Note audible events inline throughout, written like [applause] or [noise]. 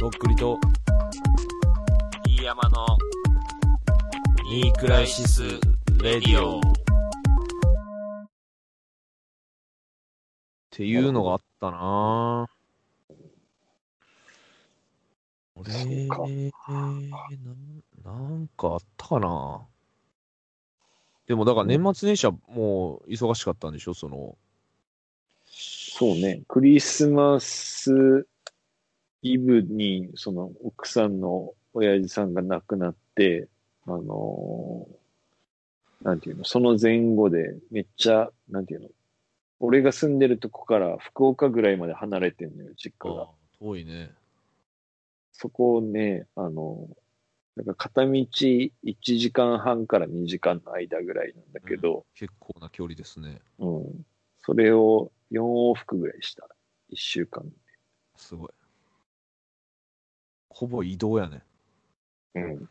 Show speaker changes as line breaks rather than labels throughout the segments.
とっくりと、
飯山の、ニークライシス・レディオ。
っていうのがあったなぁ。俺、なんなんかあったかなでもだから年末年始はもう忙しかったんでしょその、
そうね、クリスマスイブに、その奥さんの親父さんが亡くなって、あのーなんていうの、その前後でめっちゃ、なんていうの、俺が住んでるとこから福岡ぐらいまで離れてんのよ、実家が。
遠いね。
そこをね、あのーなんか片道1時間半から2時間の間ぐらいなんだけど、
結構な距離ですね。
うん、それを4往復ぐらいした、1週間。
すごい。ほぼ移動やね。
うん。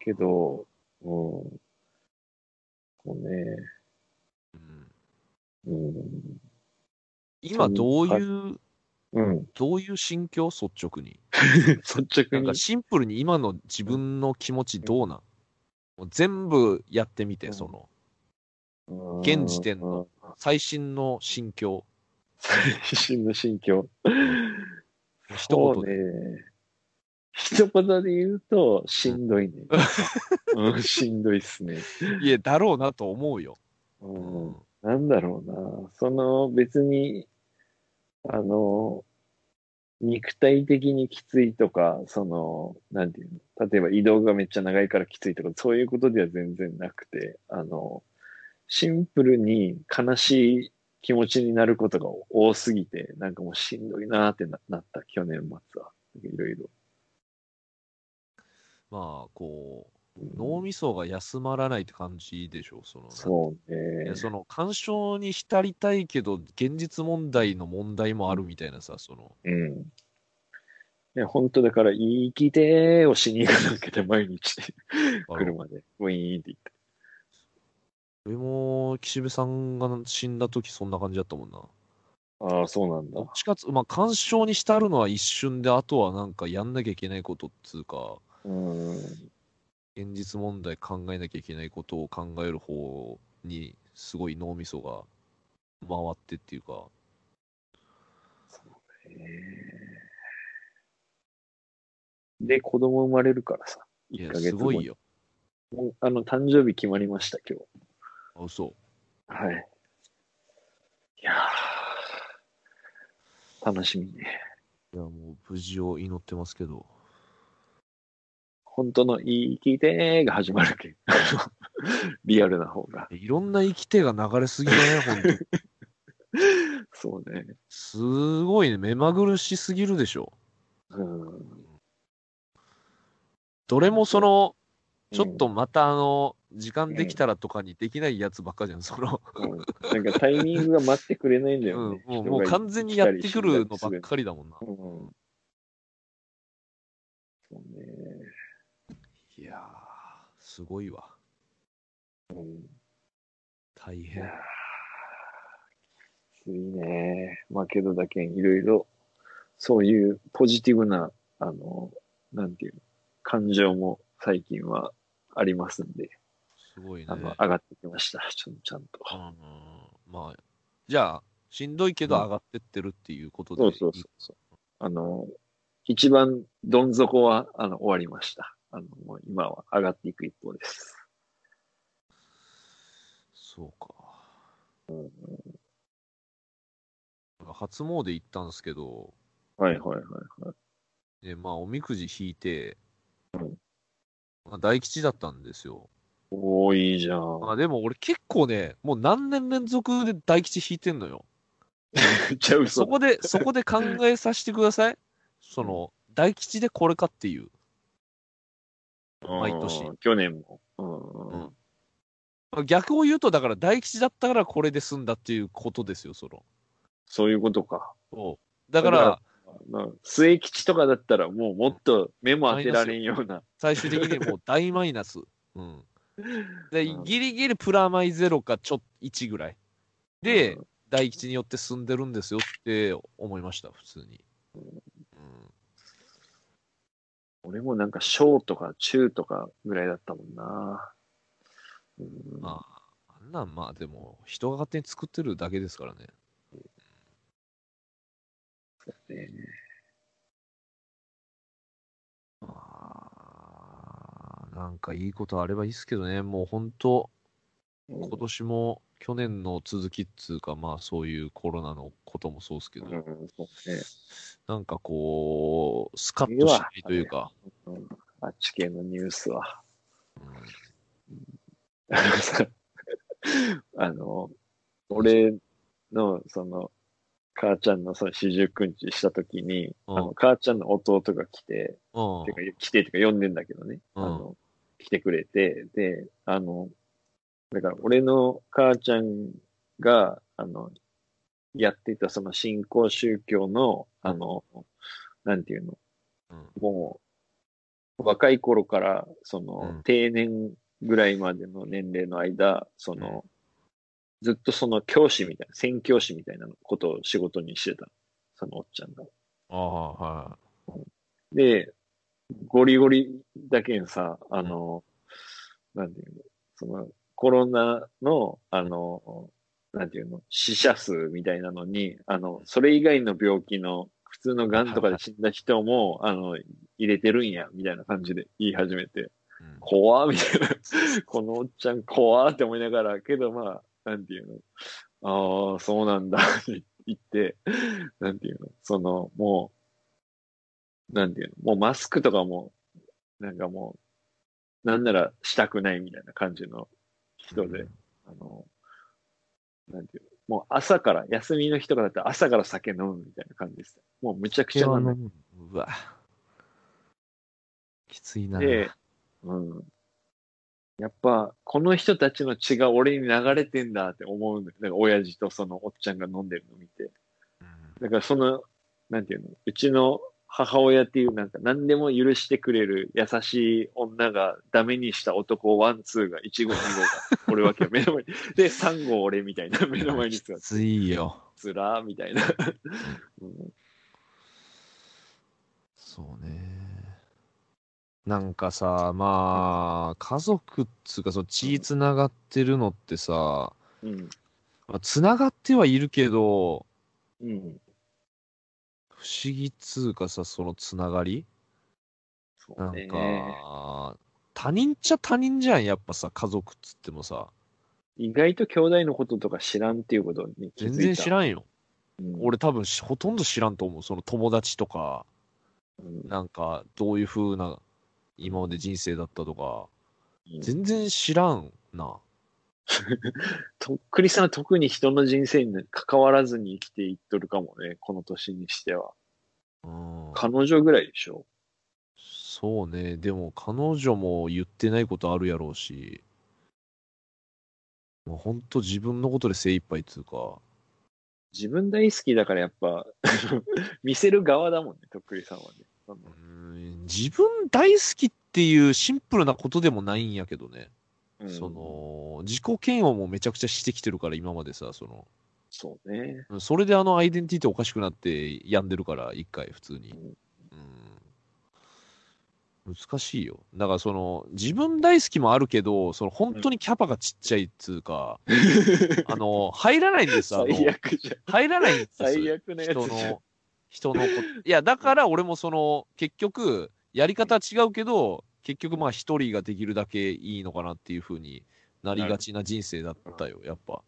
けど、うん。こうね、
うん、
うん。
今どういう、
うん。
どういう心境率直に。
[laughs] 率
な
直
ん
に
か。シンプルに今の自分の気持ちどうなん、もう全部やってみて、
うん
その、
うん
現時点の。最新の心境。
最新の心境。
一言
そう
で。
ね。一言で言うと、しんどい [laughs] ね。うん、しんどいっすね。
いや、だろうなと思うよ。
うん。なんだろうな。その、別に、あの、肉体的にきついとか、その、なんていうの、例えば移動がめっちゃ長いからきついとか、そういうことでは全然なくて、あの、シンプルに悲しい気持ちになることが多すぎて、なんかもうしんどいなーってななった、去年末は。いろいろ。
まあ、こう、脳みそが休まらないって感じでしょ、その。
そう
い
ね
や。その、干渉に浸りたいけど、現実問題の問題もあるみたいなさ、その、
うん。いや、本当だから、生きてーをしに行かなきゃ毎日。車で、ウィーンって行って。
俺も岸辺さんが死んだ時そんな感じだったもんな。
ああ、そうなんだ
どっ。ちかつ、まあ、干渉に浸るのは一瞬で、あとはなんかやんなきゃいけないことっつうか、
うーん。
現実問題考えなきゃいけないことを考える方に、すごい脳みそが回ってっていうか、
えーで、子供生まれるからさ。
い
1
や、
ヶ
す
月後
ご
に
いよ。
もうあの、誕生日決まりました、今日。
あ、嘘。
はい。いやー楽しみね。
いや、もう無事を祈ってますけど。
本当のいい聞いてーが始まるけん。 [laughs] リアルな方が。
いろんな生き手が流れすぎだね、ほんと。
[laughs] そうね。
すごいね、目まぐるしすぎるでしょ。
うん。
どれもその、ちょっとまたあの、時間できたらとかにできないやつばっかじゃん、その。
うん、なんかタイミングが待ってくれないんだよね。
うん、もう
人
もう
が
完全にやってくるのばっ
来たり死んだりす
かりだもんな。
うんそうね。
いやー、すごいわ。
うん、
大
いや
変
ー。きついね。まあけどだけんいろいろ、そういうポジティブな、あの、なんていうの、感情も最近はありますんで、
すごいね。
あ
う
の、
ん
上がってきました。ちょちゃんと。
まあ、じゃあ、しんどいけど上がってってるっていうことで、
そうそうそうそう。あの、一番どん底は、あの、終わりました。あの、もう今は上がっていく一方です。
そうか。なんか初詣行ったんですけど、
はいはいはいはい。
でまあ、おみくじ引いて、
うん
まあ、大吉だったんですよ。
おー、いいじゃん。
まあ、でも俺結構ね、もう何年連続で大吉引いてんのよ。
めっちゃ
そ
嘘。
こで、そこで考えさせてください。その、大吉でこれかっていう。毎年
うん。去年も。うん。
まあ逆を言うと、だから大吉だったからこれで済んだっていうことですよ、その。
そういうことか。
だから、
まあ末吉とかだったらもうもっと目も当てられんような。
最終的にもう大マイナス。うん。で
う、ん
ギリギリプラマイゼロかちょ、1ぐらい。で
う、
大吉によって済んでるんですよって思いました、普通に。
俺もなんか小とか中とかぐらいだったもんな。うん、
まあ、あんなんまあでも、人が勝手に作ってるだけですからね。
そうね。
まあ、なんかいいことあればいいっすけどね、もう本当、
うん
今年も去年の続きっつうか、まあそういうコロナのこともそうっすけど、
うん、そうね。
なんかこう、スカッとしないというか、
うん、あっち系のニュースは。 [laughs]
うん
あのさあの、俺の、その、母ちゃんのその四十九日したときに、
うん
あの母ちゃんの弟が来て、
うん
てか来てっていうか呼んでんだけどね、
うん
あの、来てくれて、で、あの、だから俺の母ちゃんが、あの、やってたその信仰宗教の、あの、なんていうの、
うん
もう、若い頃から、その、
うん
定年ぐらいまでの年齢の間、その、ずっとその教師みたいな、宣教師みたいなことを仕事にしてた、そのおっちゃんが。
ああ、は
で、ゴリゴリだけにさ、あの、なんていうの、その、コロナの、あの、なんていうの、死者数みたいなのに、あの、それ以外の病気の、普通の癌とかで死んだ人も、あの、入れてるんや、みたいな感じで言い始めて、
い。うん
怖みたいな。 [laughs] このおっちゃん怖って思いながら、けどまあ、なんていうの。ああ、そうなんだ [laughs] って言って、なんていうの。その、もう、なんていうの。もうマスクとかも、なんかもう、なんならしたくないみたいな感じの人で、あの、なんていうの。もう朝から、休みの日とかだったら朝から酒飲むみたいな感じです。もうむちゃくちゃ
う
なんだ
んうわ。きついな。
で、うん。やっぱ、この人たちの血が俺に流れてんだって思うんだよ。だから、親父とそのおっちゃんが飲んでるの見て。
うん
だから、その、なんていうの、うちの母親っていう、なんか、何でも許してくれる優しい女がダメにした男ワン、ツーが、1号、2号が、俺
[laughs]
わけよ。目の前に。で、3号俺みたいな、目の前に座
き
って、
ついよ。
つらーみたいな。うん
そうね。なんかさ、まあ、家族っつうか、その血つながってるのってさ、
うん。
まあ、つながってはいるけど、
うん。
不思議っつうかさ、そのつながり
そ
な
うんね。
か、他人っちゃ他人じゃん、やっぱさ、家族っつってもさ、
意外と兄弟のこととか知らんっていうことに気づ
全
いた。
然知らんよ。
うん。
俺多分しほとんど知らんと思う、その友達とか。
うん
なんかどういう風な今まで人生だったとか
うん
全然知らんな
とっくりさんは特に人の人生に関わらずに生きていっとるかもね、この年にしては。
うん
彼女ぐらいでしょ
そうねでも彼女も言ってないことあるやろうしもうほんと自分のことで精一杯っつうか
自分大好きだからやっぱ、 [laughs] 見せる側だもんね、とっくりさんはね。その
うん自分大好きっていうシンプルなことでもないんやけどね、
うん
その自己嫌悪もめちゃくちゃしてきてるから今までさその
そうね。
それであのアイデンティティおかしくなって病んでるから、一回普通に。うん。難しいよ。だからその、自分大好きもあるけど、その本当にキャパがちっちゃいっつうか、あの、入らないんですよ。あの
最悪じゃん。
入らないんですよ。
最悪なやつ
人
じゃん。
の、人のこと。いや、だから俺もその、結局、やり方は違うけど、結局まあ一人ができるだけいいのかなっていうふうになりがちな人生だったよ、やっぱ。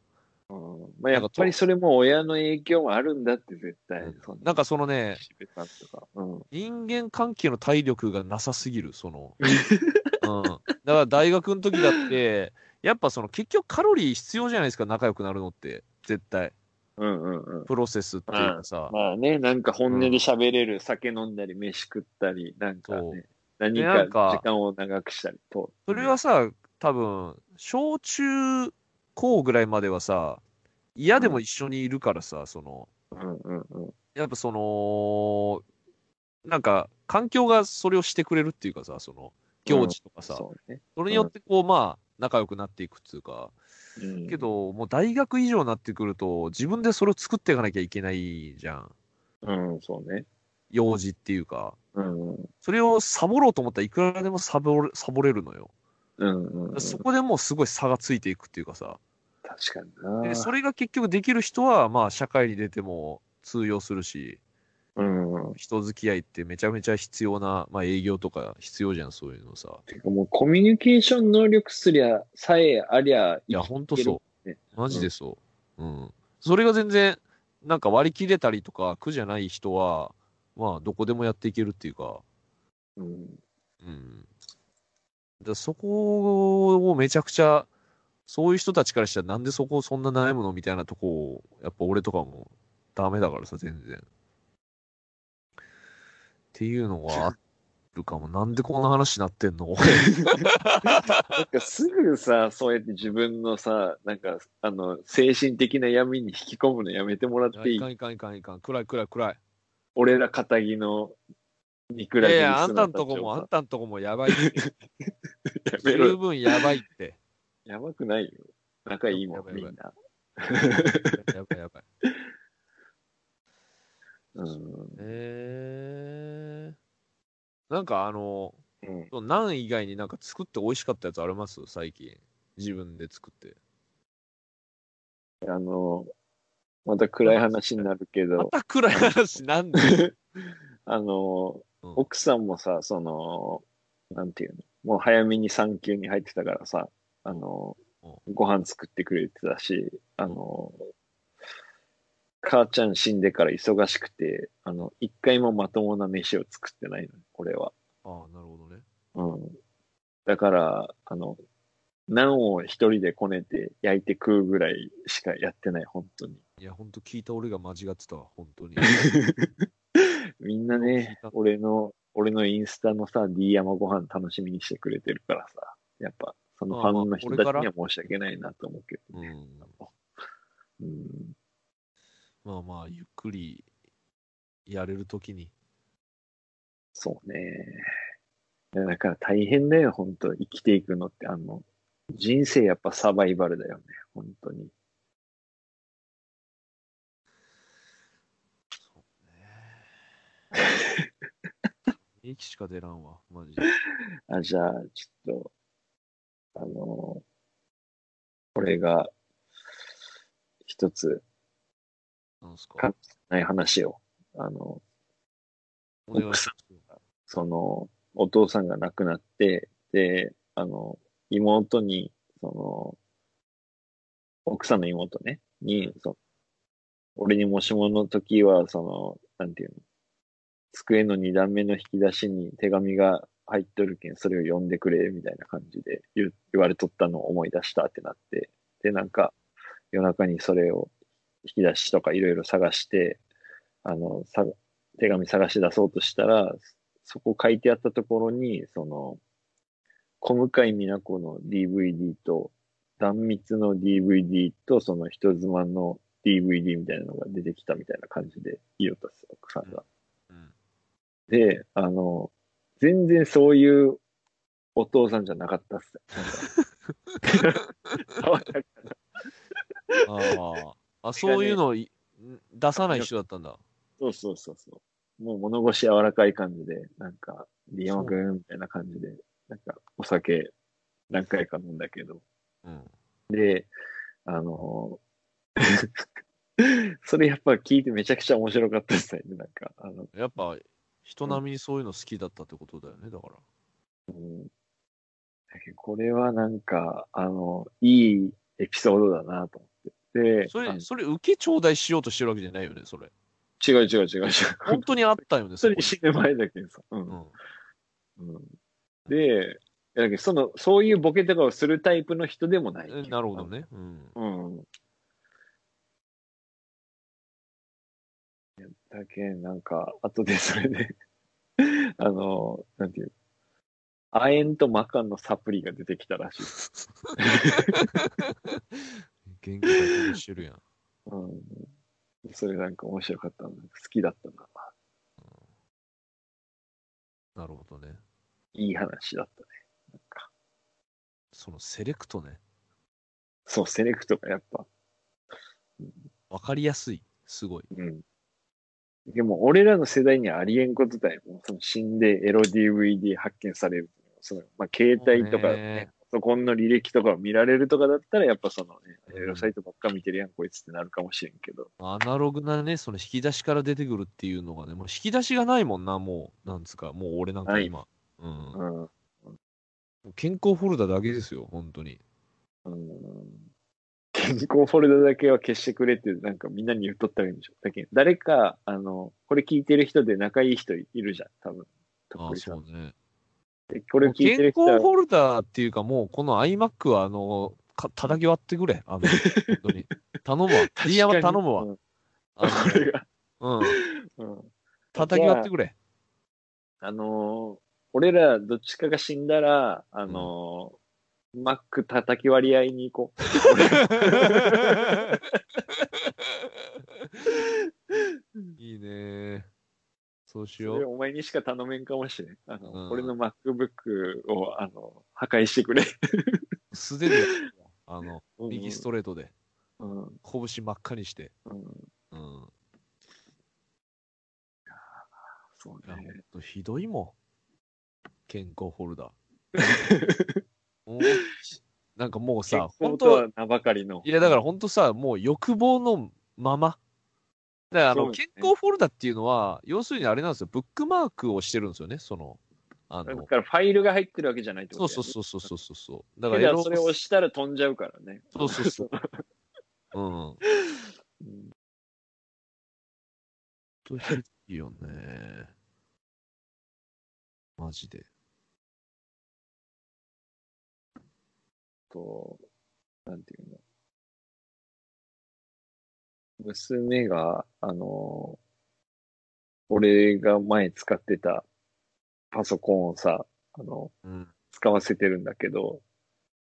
うんまあ、やっぱりそれも親の影響もあるんだって絶対。そ
なんかそのね、
岸辺さんとか。うん。
人間関係の体力がなさすぎる、その。うん、だから大学の時だって、やっぱその結局カロリー必要じゃないですか、仲良くなるのって、絶対。
うんうんうん。
プロセスっていうかさ。
まあね、なんか本音で喋れる、酒飲んだり、飯食ったり、なんか
そう
ね、何
でなん
か
か
時間を長くしたりと。
それはさ、多分、小中高ぐらいまではさ、嫌でも一緒にいるからさ、その、
うんうんうん。
やっぱその、なんか、環境がそれをしてくれるっていうかさ、その、行事とかさ、
そうね。
それによってこう、まあ、仲良くなっていくっていうか、
うん
けど、もう大学以上になってくると、自分でそれを作っていかなきゃいけないじゃん。
うん、そうね。
用事っていうか。
うん。
それをサボろうと思ったらいくらでもサボれサボれるのよ。
うんうんうん。
そこでもうすごい差がついていくっていうかさ。
確かにな。
で、それが結局できる人は、まあ社会に出ても通用するし、
うん。
人付き合いってめちゃめちゃ必要な、まあ営業とか必要じゃん、そういうのさ。
てかもうコミュニケーション能力すりゃ、さえありゃ、
いや、ほんとそう
ね。
マジでそう。うん。それが全然、なんか割り切れたりとか苦じゃない人は、まあどこでもやっていけるっていうか、
うん。
うん。だそこをめちゃくちゃ、そういう人たちからしたらなんでそこをそんな悩むのみたいなとこを、やっぱ俺とかもダメだからさ、全然。っていうのがあるかも。なんでこんな話になってんの
なんかすぐさ、そうやって自分のさ、なんか、あの、精神的な闇に引き込むのやめてもらってい
い
い
かんいかんいかんいかん。暗い暗い暗い。
俺ら仇の、いく
い
ら
やい
で
や、あんたんとこも、あんたんとこも [laughs] やばいって。
やめろ
十
よ。
分やばい [laughs] って。
やばくないよ。仲いいも
や
ん
ば、い
み
やばい
んな。
やばいやばい。
うん。
えー。なんかあの、
うん
ナン以外になんか作って美味しかったやつあります最近。自分で作って。
あの、また暗い話になるけ
ま
ど、
た暗い話なんで
あの、
うん
奥さんもさ、その、なんていうの、もう早めに産休に入ってたからさ、あの、
う
ご飯作ってくれてたし、あの、母ちゃん死んでから忙しくて、あの、一回もまともな飯を作ってないの、俺は。
ああ、なるほどね。
うん。だから、あの、ナンを一人でこねて焼いて食うぐらいしかやってない、本当に。
いや、ほんと聞いた俺が間違ってたわ、本当 [laughs] に。
みんなね、俺の、俺のインスタのさ、D 山ご飯楽しみにしてくれてるからさ、やっぱ、そのファンの人たちには申し訳ないなと思うけど
う
ね。
ん。
うん。
まあまあ、ゆっくりやれるときに。
そうね。いやだから大変だよ、本当生きていくのって、あの、人生やっぱサバイバルだよね、本当に。
息しか出らんわ、マジで。
あ、じゃあ、ちょっと、あの、俺が、一つ、
なんすか
か。ない話を、あの、
お願いします。
その、お父さんが亡くなって、で、あの、妹に、その、奥さんの妹ね、に、そ俺にもしもの時は、その、なんていうの、机の二段目の引き出しに手紙が入っとるけん、それを読んでくれ、みたいな感じで言う言われとったのを思い出したってなって、で、なんか、夜中にそれを引き出しとかいろいろ探して、あの、さ手紙探し出そうとしたら、そこ書いてあったところに、その、小向井美奈子の DVD と、断密の DVD と、その人妻の DVD みたいなのが出てきたみたいな感じで言いよったっす、奥さんが。
うん
で、あの、全然そういうお父さんじゃなかったっす。なんか
ああ。あ、そういうのい出さない人だったんだ。
そうそうそうそう。もう物腰柔らかい感じで、なんか、リヤマくんみたいな感じで、なんか、お酒何回か飲んだけど。
うん。
で、あの、 [laughs] それやっぱ聞いてめちゃくちゃ面白かったですね。なんか、あの、
やっぱ、人並みにそういうの好きだったってことだよね、だから。
これはなんか、あの、いいエピソードだなと思って。で、
そ
あの
れ、それ受け頂戴しようとしてるわけじゃないよね、それ。
違う違う違う違う。
本当にあったよね、
そ
こ
れ
に
死ぬ前だけどさ。う。
うんん。
うん、で、だけどその、そういうボケとかをするタイプの人でもない。
えなるほど。ね。うん。
うん。だけんなんか、後でそれで、 [laughs] あの、なんていう、亜鉛とマカンのサプリが出てきたらしい。
元気だけしてるやん。
うん。それなんか面白かったな。好きだったな。
なるほどね。
いい話だったね。なんか、
そのセレクトね。
そう、セレクトがやっぱ、
わかりやすい。すごい。
うん。でも、俺らの世代にはありえんことだよ。その死んでエロ DVD 発見される。そのまあ、携帯とか、
そう
ね
ね、
パソコンの履歴とかを見られるとかだったら、やっぱその、ね、
うん
エロサイトばっか見てるやん、こいつってなるかもしれんけど。
アナログなね、その引き出しから出てくるっていうのがね、もう引き出しがないもんな、もう、なんつうか、もう俺なんか
ない
今。うん。
うん。
健康フォルダだけですよ、本当に。
うん、健康フォルダだけは消してくれって、なんかみんなに言っとったらいいんでしょ。だけど誰か、あの、これ聞いてる人で仲いい人いるじゃん、多分。とっ
あ
くりさ
そ
ん
うね。
でこれ
もう
聞
健
いてる
康
人は
フォルダっていうか、もうこの iMac は、あの、か叩き割ってくれ。あの、本当に。頼
[laughs]
むわ。D 山頼むわ。
うん
あ
これが。
のうん。
うん
叩き割ってくれ。
あのー俺らどっちかが死んだら、あのーマック叩き割り合いに行こう。
[laughs] いいね。そうし
そ
よ
れ
う。
お前にしか頼めんかもしれん。あの、
うん
俺の MacBook を、あの、破壊してくれ。
素手で、あの、
うん
右ストレートで、
うん
拳真っ赤にして。
うん
うん。
そう
いや、ほん
ね。
とひどいもん。健康フォルダ。
[laughs]
もうなんかもう
結
さ、
構
本
と
当
は名ばかりの。
いや、だから本当さ、もう欲望のまま。だからあ
そ
の、
うです
健
ね
康フォルダっていうのは、要するにあれなんですよ、ブックマークをしてるんですよね、その、あ
だ
の、
からファイルが入ってるわけじゃないって
そ
こ
う
と
そう
う
そうそうそうそうそう。だ
だ
か
か
エ
らら
ロ
それを押したら飛んじゃうからね。
そうそうそう。うん。
うん
ほんとひどいよね。マジで。
と、なんていうの。娘が、あの、俺が前使ってたパソコンをさ、あの、
うん。
使わせてるんだけど、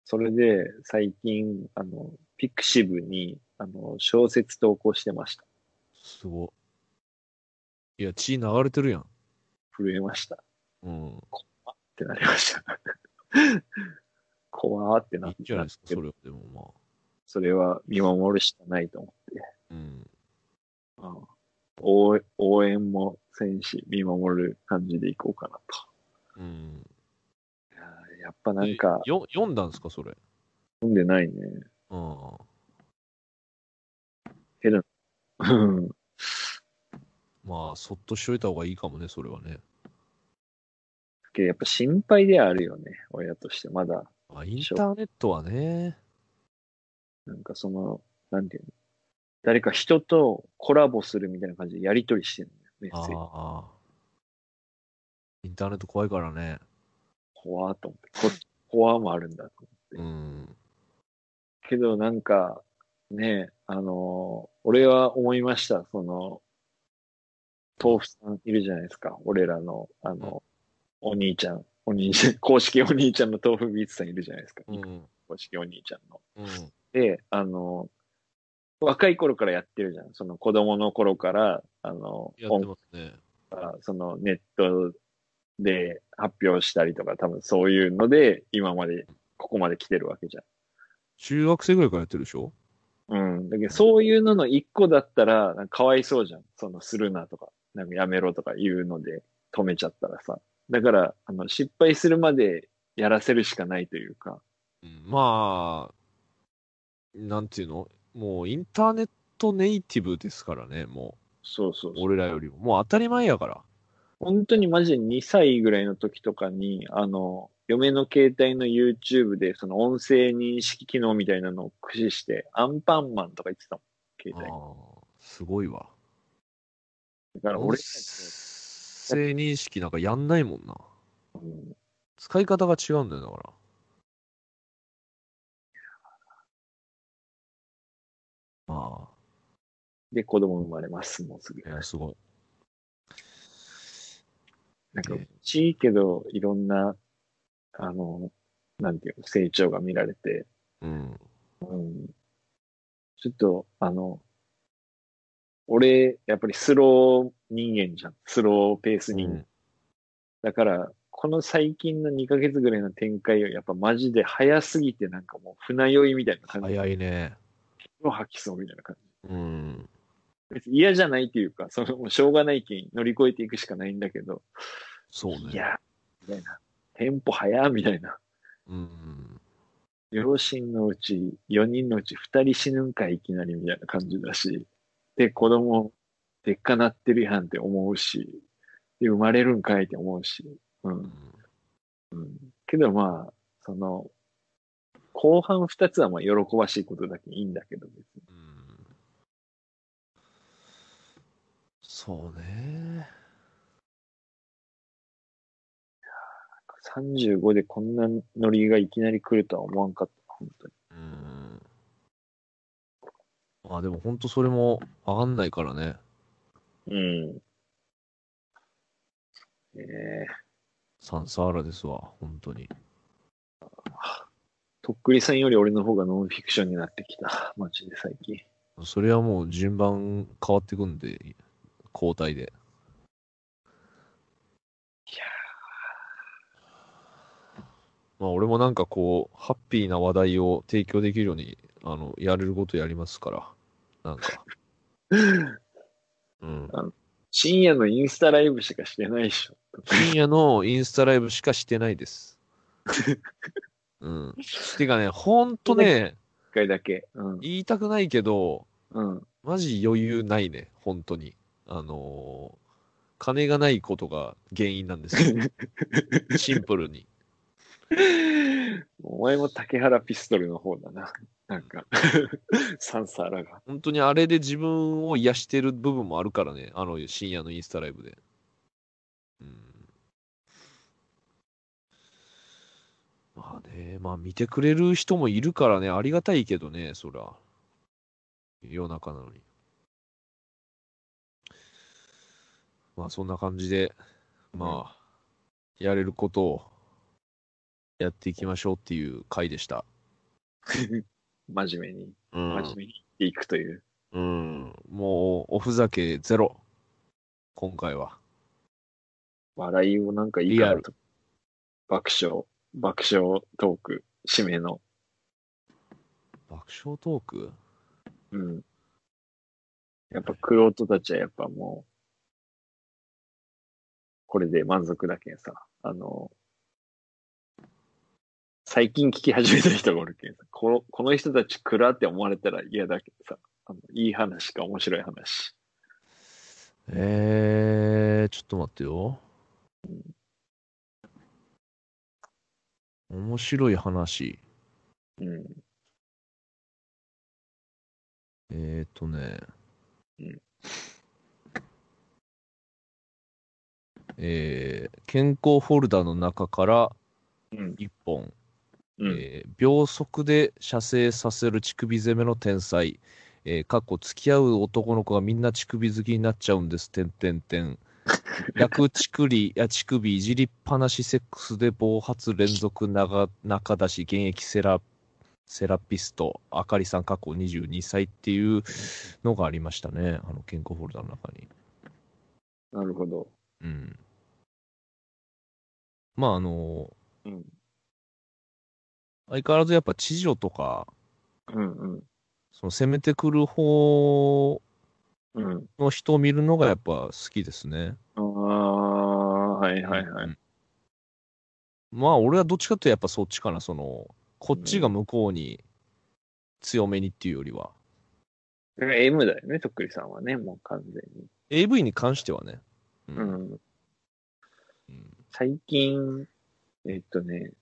それで最近、あの、ピクシブに、あの、小説投稿してました。
すごい。いや、血流れてるやん。
震えました。っ
うん。
てなりました。 [laughs] 怖ーって
い
ないっ
ん
て
じゃないですか、
け
そ
ど
れは。でも
それは見守るしかないと思って。
まあ。うん。
うん応援応援も戦士見守る感じでいこうかな
うん。
と。いやーやっぱなんか
よ読んだんですか、それ。
読んでないね。
うん。
うん
まあ、そっとしといた方がいいかもね、それはね。
けどやっぱ心配ではあるよね、親として。まだ、
まあ、インターネットはね。
なんかその、なんていうの、誰か人とコラボするみたいな感じでやりとりしてるんだよ、メ
あ
ッセージ。
あ。インターネット怖いからね。
怖ーと思って。こ怖ーもあるんだと思って。
うん。
けどなんか、ねえ、あのー俺は思いました、その、豆腐さんいるじゃないですか、俺らの、あの、お兄ちゃん、お兄ちゃん、 [laughs] 公式お兄ちゃんの豆腐ビーツさんいるじゃないですか、
うん。
公式お兄ちゃんの。
うん。
で、あのー若い頃からやってるじゃん、その子供の頃から、あの、
やって
音
ますね。
楽そのネットで発表したりとか、多分そういうので、今まで、ここまで来てるわけじゃん。
中学生ぐらいからやってるでしょ
うん。だけど、そういうのの一個だったら、なんかかわいそうじゃん。その、するなとか、なんかやめろとか言うので、止めちゃったらさ。だから、あの、失敗するまでやらせるしかないというか。
うんまあ、なんていうのもうインターネットネイティブですからね、も
そうそう
う。
そう。
俺らよりも。もう当たり前やから。
本当にマジで2歳ぐらいの時とかに、あの、嫁の携帯の YouTube で、その音声認識機能みたいなのを駆使して、アンパンマンとか言ってたもん、携
あ
帯。
あ、すごいわ。
だから俺たち
性認識なんかやんないもんな。
の、うん
使い方が違うんだよ、だから。ま
で子供生まれます、もうすぐ
あ、い。や、すごい。
なんか
ええ、
ちいけど、いろんな、あの、なんていうの、成長が見られて、
うん。
うん。ちょっと、あの、俺、やっぱりスロー人間じゃん。スローペース人間。
うん
だから、この最近の2ヶ月ぐらいの展開を、やっぱマジで早すぎて、なんかもう船酔いみたいな感じ。
早いね。
を吐きそうみたいな感
うん。
別に嫌じゃないというか、そのもうしょうがないけん乗り越えていくしかないんだけど、
そう
い
ね。
や、みたいな。テンポ早みたいな。
うん。
両親のうち、4人のうち2人死ぬんかい、いきなりみたいな感じだし。で、子供、でっかなってるやんって思うし。で、生まれるんかいって思うし。う。
うんん
けどまあ、その、後半2つはまあ喜ばしいことだけいいんだけど、別に。
うんそうね。
35でこんなノリがいきなり来るとは思わんかった、本当に。
うん。まあでも本当それも上がんないからね。
うん。ええ
サンサーラですわ、本当に。
とっくりさんより俺の方がノンフィクションになってきた。マジで最近。
それはもう順番変わってくんで、交代で。
いや
まあ俺もなんかこう、ハッピーな話題を提供できるように、あの、やれることやりますから。なんか。うん。
深夜のインスタライブしかしてないでしょ。
深夜のインスタライブしかしてないです。うん。てかね、ほんとね、
一回だけ。うん。
言いたくないけど、
うん。
マジ余裕ないね、本当に。あのー金がないことが原因なんですよ。シンプルに。
お前も竹原ピストルの方だな。なんか、 [laughs] サンサーラが。
本当にあれで自分を癒してる部分もあるからね、あの深夜のインスタライブで。うん。まあね、まあ見てくれる人もいるからね、ありがたいけどね、そら。夜中なのに。まあそんな感じで、まあ、やれることをやっていきましょうっていう回でした。
真面目に、
うん
真面目に生きていくという。
うん、もう、おふざけゼロ。今回は。
笑いをなんかいいから
リア
と。爆笑、爆笑トーク、締めの。
爆笑トーク
うん。やっぱ、クロたちはやっぱもう、これで満足だけんさ、あの、最近聞き始めた人がおるけんさ、このこの人たち暗って思われたら嫌だけどさ、あのいい話か面白い話。
えー、ちょっと待ってよ。面白い話。
うん。
えーとね。
うん
えー、健康フォルダの中から
うん。
1本。
うん。
えー秒速で射精させる乳首攻めの天才、えー、かっこ付き合う男の子がみんな乳首好きになっちゃうんです、てんてんて
[laughs]
ん。逆乳首や乳首いじりっぱなしセックスで暴発連続長中出し現役セラセラピストあかりさん過去22歳っていうのがありましたねあの健康フォルダの中に
なるほど。
うんまああの
うん。
相変わらずやっぱ知女とか
うんうん。
その攻めてくる方
うん。
の人を見るのがやっぱ好きですね。
ああ、はいはいは
う
い。
んまあ俺はどっちかというとやっぱそっちかな、その、こっちが向こうに強めにっていうよりは。
だから M だよね、とっくりさんはね、もう完全に。
AV に関してはね。う
う。ん。
うん
最近、えっとね、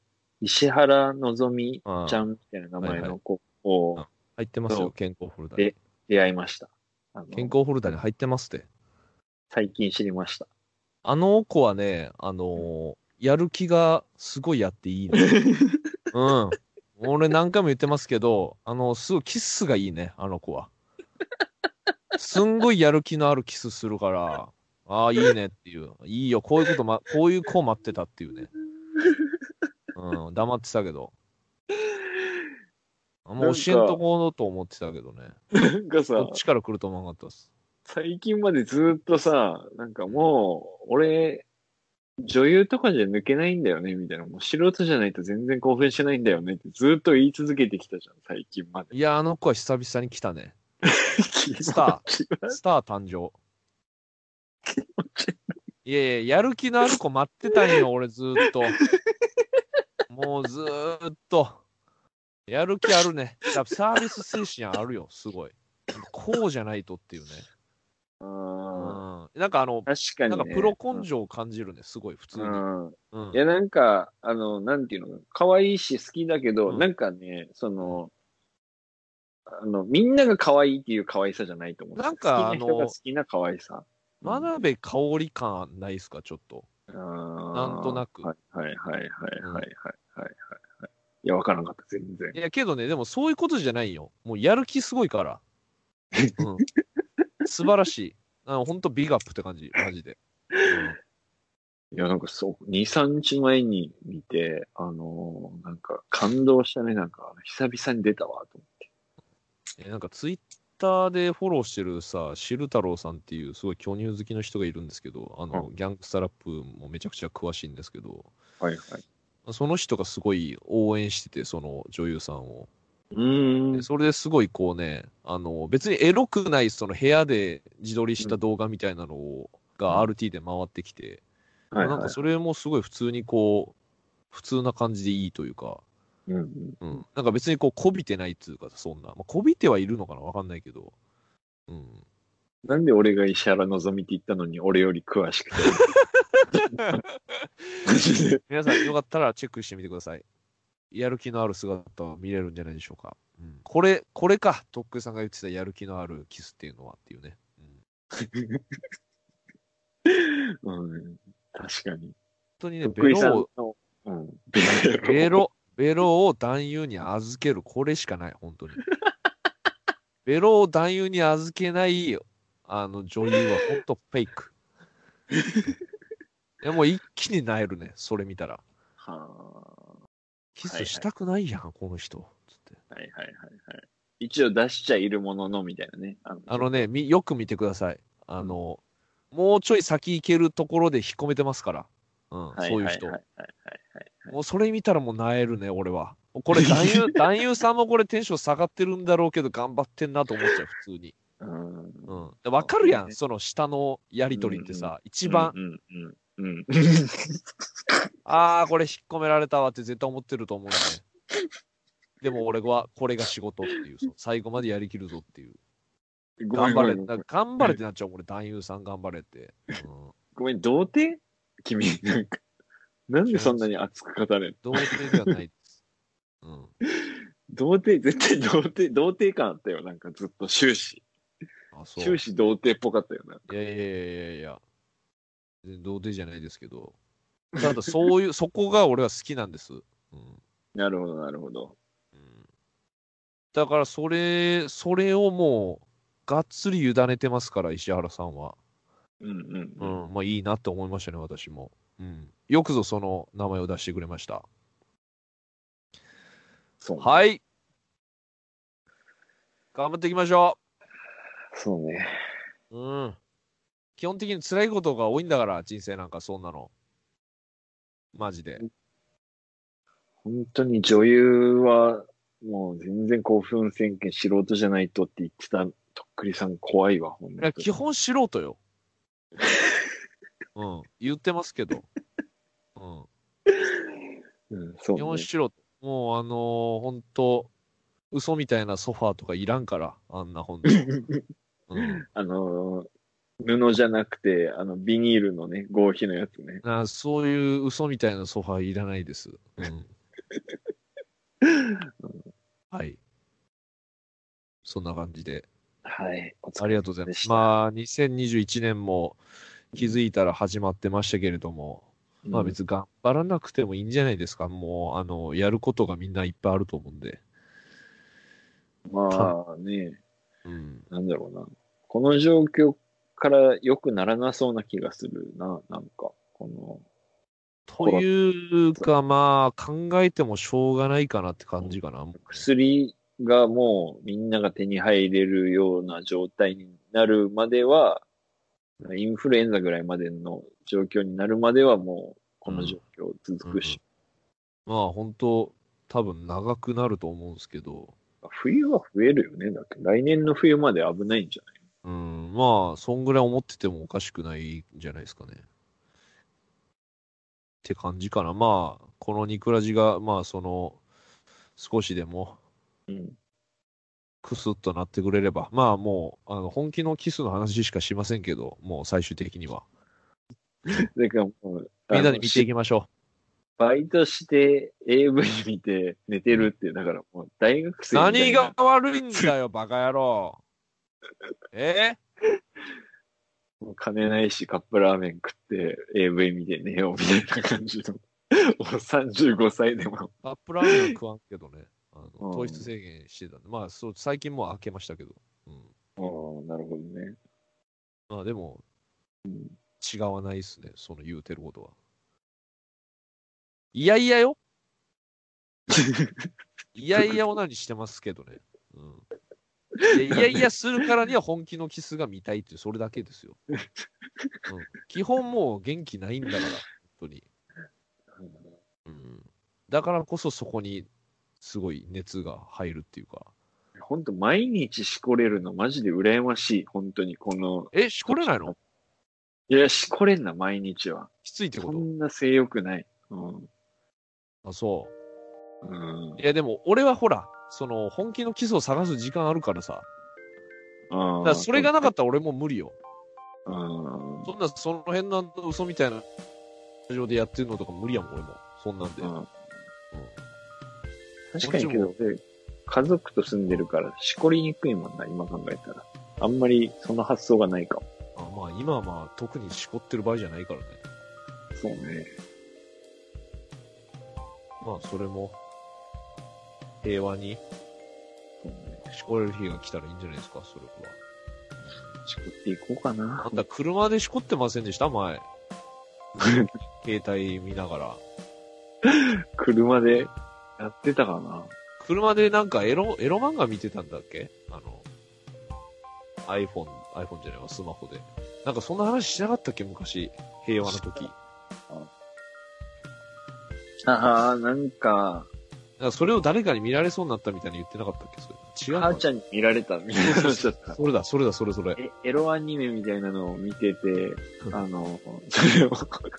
石原のぞみ
ああ
ちゃんみたいな名前
はいは
の子を
あ入ってます
そ
よ、
う
健康フォルダ
え
に。
出会いました。あの
健康フォルダに入ってますって。
最近知り
[laughs]
ました。
あの子はね、あのーやる気がすごいやっていいね。うん。俺何回も言ってますけど、あの、すごいキスがいいね、あの子は。すんごいやる気のあるキスするから、ああ、いいねっていう。いいよ、こういうこと、ま、こういう子待ってたっていうね。うん、黙ってたけど。あんま教えんとこうと思ってたけどね。
なんか
こ
さ
っ、ちから来ると思わなかったです。
最近までずっとさ、なんかもう、俺、女優とかじゃ抜けないんだよね、みたいな。もう素人じゃないと全然興奮しないんだよねってずっと言い続けてきたじゃん、最近まで。
いや、あの子は久々に来たね。スタ
[laughs]
スター誕生。いやいや、やる気のある子待ってたんよ、俺ずーっ
[laughs]
と。もうずーっと。やる気あるね。やっぱサービス精神あるよ、すごい。こうじゃないとっていうね。う
うん
ん。なんかあの、
確かに、
な
ね。
んかプロ根性を感じるね、すごい、普通に。
うん。
うん
いや、なんか、あの、なんていうの、可愛いし好きだけど、
うん
なんかね、その、あの、みんなが可愛いっていう可愛さじゃないと思う。
なんか
好きな人
あの
が好きな可愛さ。
真鍋香り感ないですか、ちょっと。
な
なんとなく
はいはいはいはいはいはいはいはい。いや、わからんかった、全然
い。や、けどね、でもそういうことじゃないよ。もうやる気すごい
[laughs]
から。うん、素晴らしい。あの本当ビッグアップって感じ、マジで。
いや、なんかそう、2、3日前に見て、あのーなんか感動したね、なんか、久々に出たわ、と思って。
えなんかツイッターでフォローしてるさ、シル太郎さんっていうすごい巨乳好きの人がいるんですけど、あの、ギャングスタラップもめちゃくちゃ詳しいんですけど、
はいはい。
その人がすごい応援してて、その女優さんを。
うーん
で。それですごいこうね、あの、別にエロくないその部屋で自撮りした動画みたいなのを、が RT で回ってきて、
はい
なん
は
か
い。
それもすごい普通にこう、普通な感じでいいというか、
うんうん
うん、なんか別にこう、こびてないっていうか、そんな、まあ、こびてはいるのかな、わかんないけど、うん、
なんで俺が石原のぞみって言ったのに、俺より
[laughs]
詳しくて。
皆さん、よかったらチェックしてみてください。やる気のある姿は見れるんじゃないでしょうか。うん、これ、これか、とっくりさんが言ってたやる気のあるキスっていうのはっていうね。うん、本
うん、確かに。
当にね、
とっ
ベ
くりさん
ロを
の、うん、ベロ
ベロ、ベロを男優に預ける、これしかない、本 [laughs] 当に。ベロを男優に預けない、あの、女優は本当フェイク。いや、もう一気になえるね、それ見たら。
は
キ
はいは
ス
い
したくないやん、この人。つって。
あはいはいはいはい。一応出しちゃいるものの、みたいなね。あの
あのね、み、よく見てください。あの、もうちょい先行けるところで引っ込めてますから。うん、
は
そういう人
は。いはい
もうそれ見たらもうなえるね、俺
[laughs]
は。これ男優、男優さんもこれテンション下がってるんだろうけど、頑張ってんなと思っちゃう、普通に。
はいはい。うん。
うんで、わかるや
そうね
ん、その下のやりとりって
うん
さ、一番、
うんうんうん。
ああ、これ引っ込められたわって絶対思ってると思うんだね。
[laughs]
でも俺はこれが仕事っていう、その最後までやりきるぞっていう。
うんご
頑
めんご
張
め
れ、
ん
な頑張れってなっちゃう、俺、男優さん頑張れって。うん、
ごめん、童貞君、なんか、なんでそんなに熱く語れる
同性ではないです。うん、
童貞、絶対童貞、童貞感あったよ。なんかずっと終始。
あ、そう。
終
い
始童貞っぽかったよな。
やいやいやいやいや、全然童貞じゃないですけ
[laughs]
ど、ただそういう、そこが俺は好きなんです。うん
なるほど、なるほど。
うんだからそれ、それをもう、がっつり委ねてますから、石原さんは。
うんうん
う
うん。
ん、まあいいなって思いましたね、私も。うん。よくぞその名前を出してくれました。
そうね。
はい。頑張っていきましょ
そうね。
う。うん。基本的に辛いことが多いんだから、人生なんかそんなの。マジで。
本当に女優は、もう全然興奮宣言素人じゃないとって言ってたとっくりさん怖いわ、ほん
いや、
と
基
に。
本素人よ。うん。言ってますけど。うん。
うん、そう
基本
ね。
しろ。もうあのー、本当嘘みたいなソファーとかいらんから、あんな本当、
[laughs]
うん、
あのー、布じゃなくて、あの、ビニールのね、合皮のやつね。
なそういう嘘みたいなソファーいらないです。うん、はい。そんな感じで。
はい。お疲
あ
れ
りがとうございま
でし
す。
た
まあ、2021年も気づいたら始まってましたけれども、まあ別に頑張らなくてもいいんじゃないですか。もう、あの、やることがみんないっぱいあると思うんで。
まあね、
うん。
なんだろうな。この状況から良くならなそうな気がするな、なんか。この、
というか、まあ、考えてもしょうがないかなって感じかな。
薬がもうみんなが手に入れるような状態になるまでは、インフルエンザぐらいまでの状況になるまではもうこの状況続くし。
まあ、本当多分長くなると思うんですけど、
冬は増えるよね。だって来年の冬まで危ないんじゃない
うん、まあ、そんぐらい思っててもおかしくないんじゃないですかね。って感じかな。まあ、このニクラジが、まあ、その、少しでも、
うん。
クスッとなってくれれば、まあもう、あの本気のキスの話しかしませんけど、もう最終的には。
だからもう、
みんなで
あの
見ていきましょ
バイトして AV 見て寝てるっていう、だからもう大学
う。
生みた
何
いな
が悪いんだよ、バカ野郎。
[laughs]
え
もう金ないしカップラーメン食って AV 見て寝ようみたいな感じの。お35歳でも。
カップラーメンは食わんけどね。あ
う
の
ん
糖質制限してたんで、まあそう、最近もう開けましたけど。うん、
ああ、なるほどね。 [laughs]
まあでも、違わないですね、その言うてることは。いやいやよ。いやいやオナニーしてますけどね。うん、いやいやいやするからには本気のキスが見たいっていう、それだけですよ、うん。基本もう元気ないんだから、本当に。うん、だからこそそこにすごい熱が入るっていうか。
本当毎日しこれるのマジで羨ましい。本当にこの。
え、しこれないの
いや、しこれんな、毎日は。
きついってこ
そ
と
んな性欲ない。うん。
あ、そう。
うん
い。やでも俺はほら、その本気のキスを探す時間あるからさ。
あ
だ
ー
からそれがなかったら俺もう無理よ。
うん。
そんなその辺の嘘みたいな会場でやってるのとか無理やもん俺も。そんなんで。
うん
うん
確かにけど、俺家族と住んでるから、しこりにくいもんな、今考えたら。あんまりその発想がないかも。
あまあ今はまあ特にしこってる場合じゃないからね。
そうね。
まあそれも平和に
そうね。
しこれる日が来たらいいんじゃないですか、それは。
しこっていこうかな。
あんた車でしこってませんでした前。 [laughs] 携帯見ながら。
車でやってたかな。
車でなんかエロ、エロ漫画見てたんだっけあの、iPhone、iPhone じゃないわ、スマホで。なんかそんな話しなかったっけ昔、平和の時。だか
ああ、なんか、
らそれを誰かに見られそうになったみたいに言ってなかったっけそれ。違うの
母ちゃんに見られたみたいになっ [laughs] ちゃった。
それだ、それだ、それそれ。
えエロアニメみたいなのを見てて、
うん
あの、 [laughs] それを母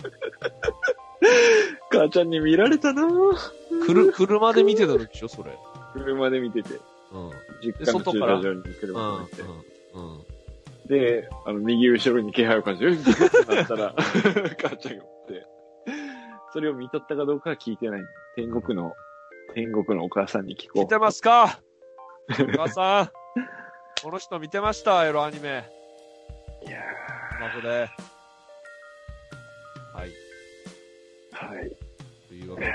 ちゃんに見られたなぁ
くる、車で見てた時でしょ、それ。
車で見てて、
うん。うん。
実家の駐車場に車
うん
で見てて。。
うん。
で、あの、右後ろに気配を感じるってなったら、 [laughs] 母ちゃんがおって、それを見とったかどうかは聞いてない。天国の、天国のお母さんに聞こ
見てますかお母さん。この人見てました、エロアニメ。
う。いや
スマホで。はい。
ーはい。
というわけで、え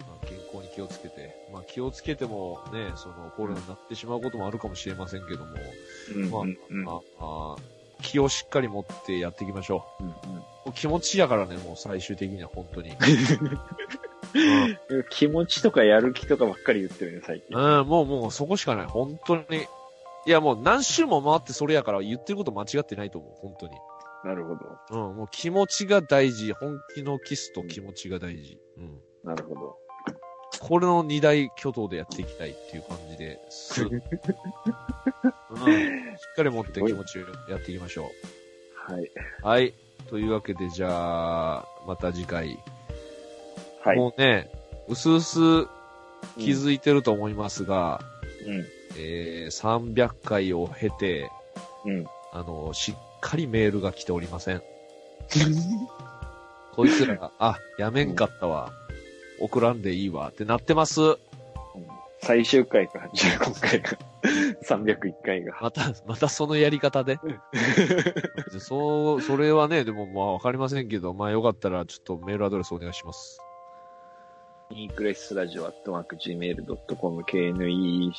ーまあ、健康に気をつけて、まあ、気をつけてもね、そのコロナになってしまうこともあるかもしれませんけども、
うん
まあ
うんうん
まあ、あー気をしっかり持ってやっていきましょ
うん
う。もう気持ちやからね、もう最終的には本当に。
うん気持ちとかやる気とかばっかり言ってるね、最近。
うん、うんもうもうそこしかない、本当に。いやもう何周も回ってそれやから言ってること間違ってないと思う、本当に。
なるほど。
うん、もう気持ちが大事。本気のキスと気持ちが大事。うん。
なるほど。
これの二大巨頭でやっていきたいっていう感じ
[laughs]
です。うん、しっかり持って気持ちをやっていきましょ
はい。
う。はい。というわけで、じゃあ、また次回。
はい。
もうね、うすうす気づいてると思いますが、えー、300回を経て、
うん。うん。
あの、しっかりメールが来ておりませ [laughs] ん。こいつら、あ、やめんかったわ。送らんでいいわってなってます。
最終回か、 [laughs] じゃあ今回が。301回が。
また、またそのやり方 [laughs] で。そう、それはね、でもまあわかりませんけど、まあよかったらちょっとメールアドレスお願いします。
ニークレスラジオアットマーク Gmail.com KNEECRISISRADIO ア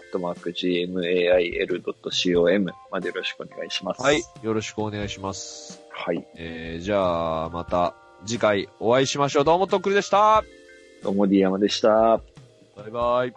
ットマーク GMAIL.com までよろしくお願いします。
はい。。よろしくお願いします。
はい。
えー、じゃあ、また次回お会いしましょう。どうもとっくりでした。
どうも D 山でした。は
バイバイ。
い。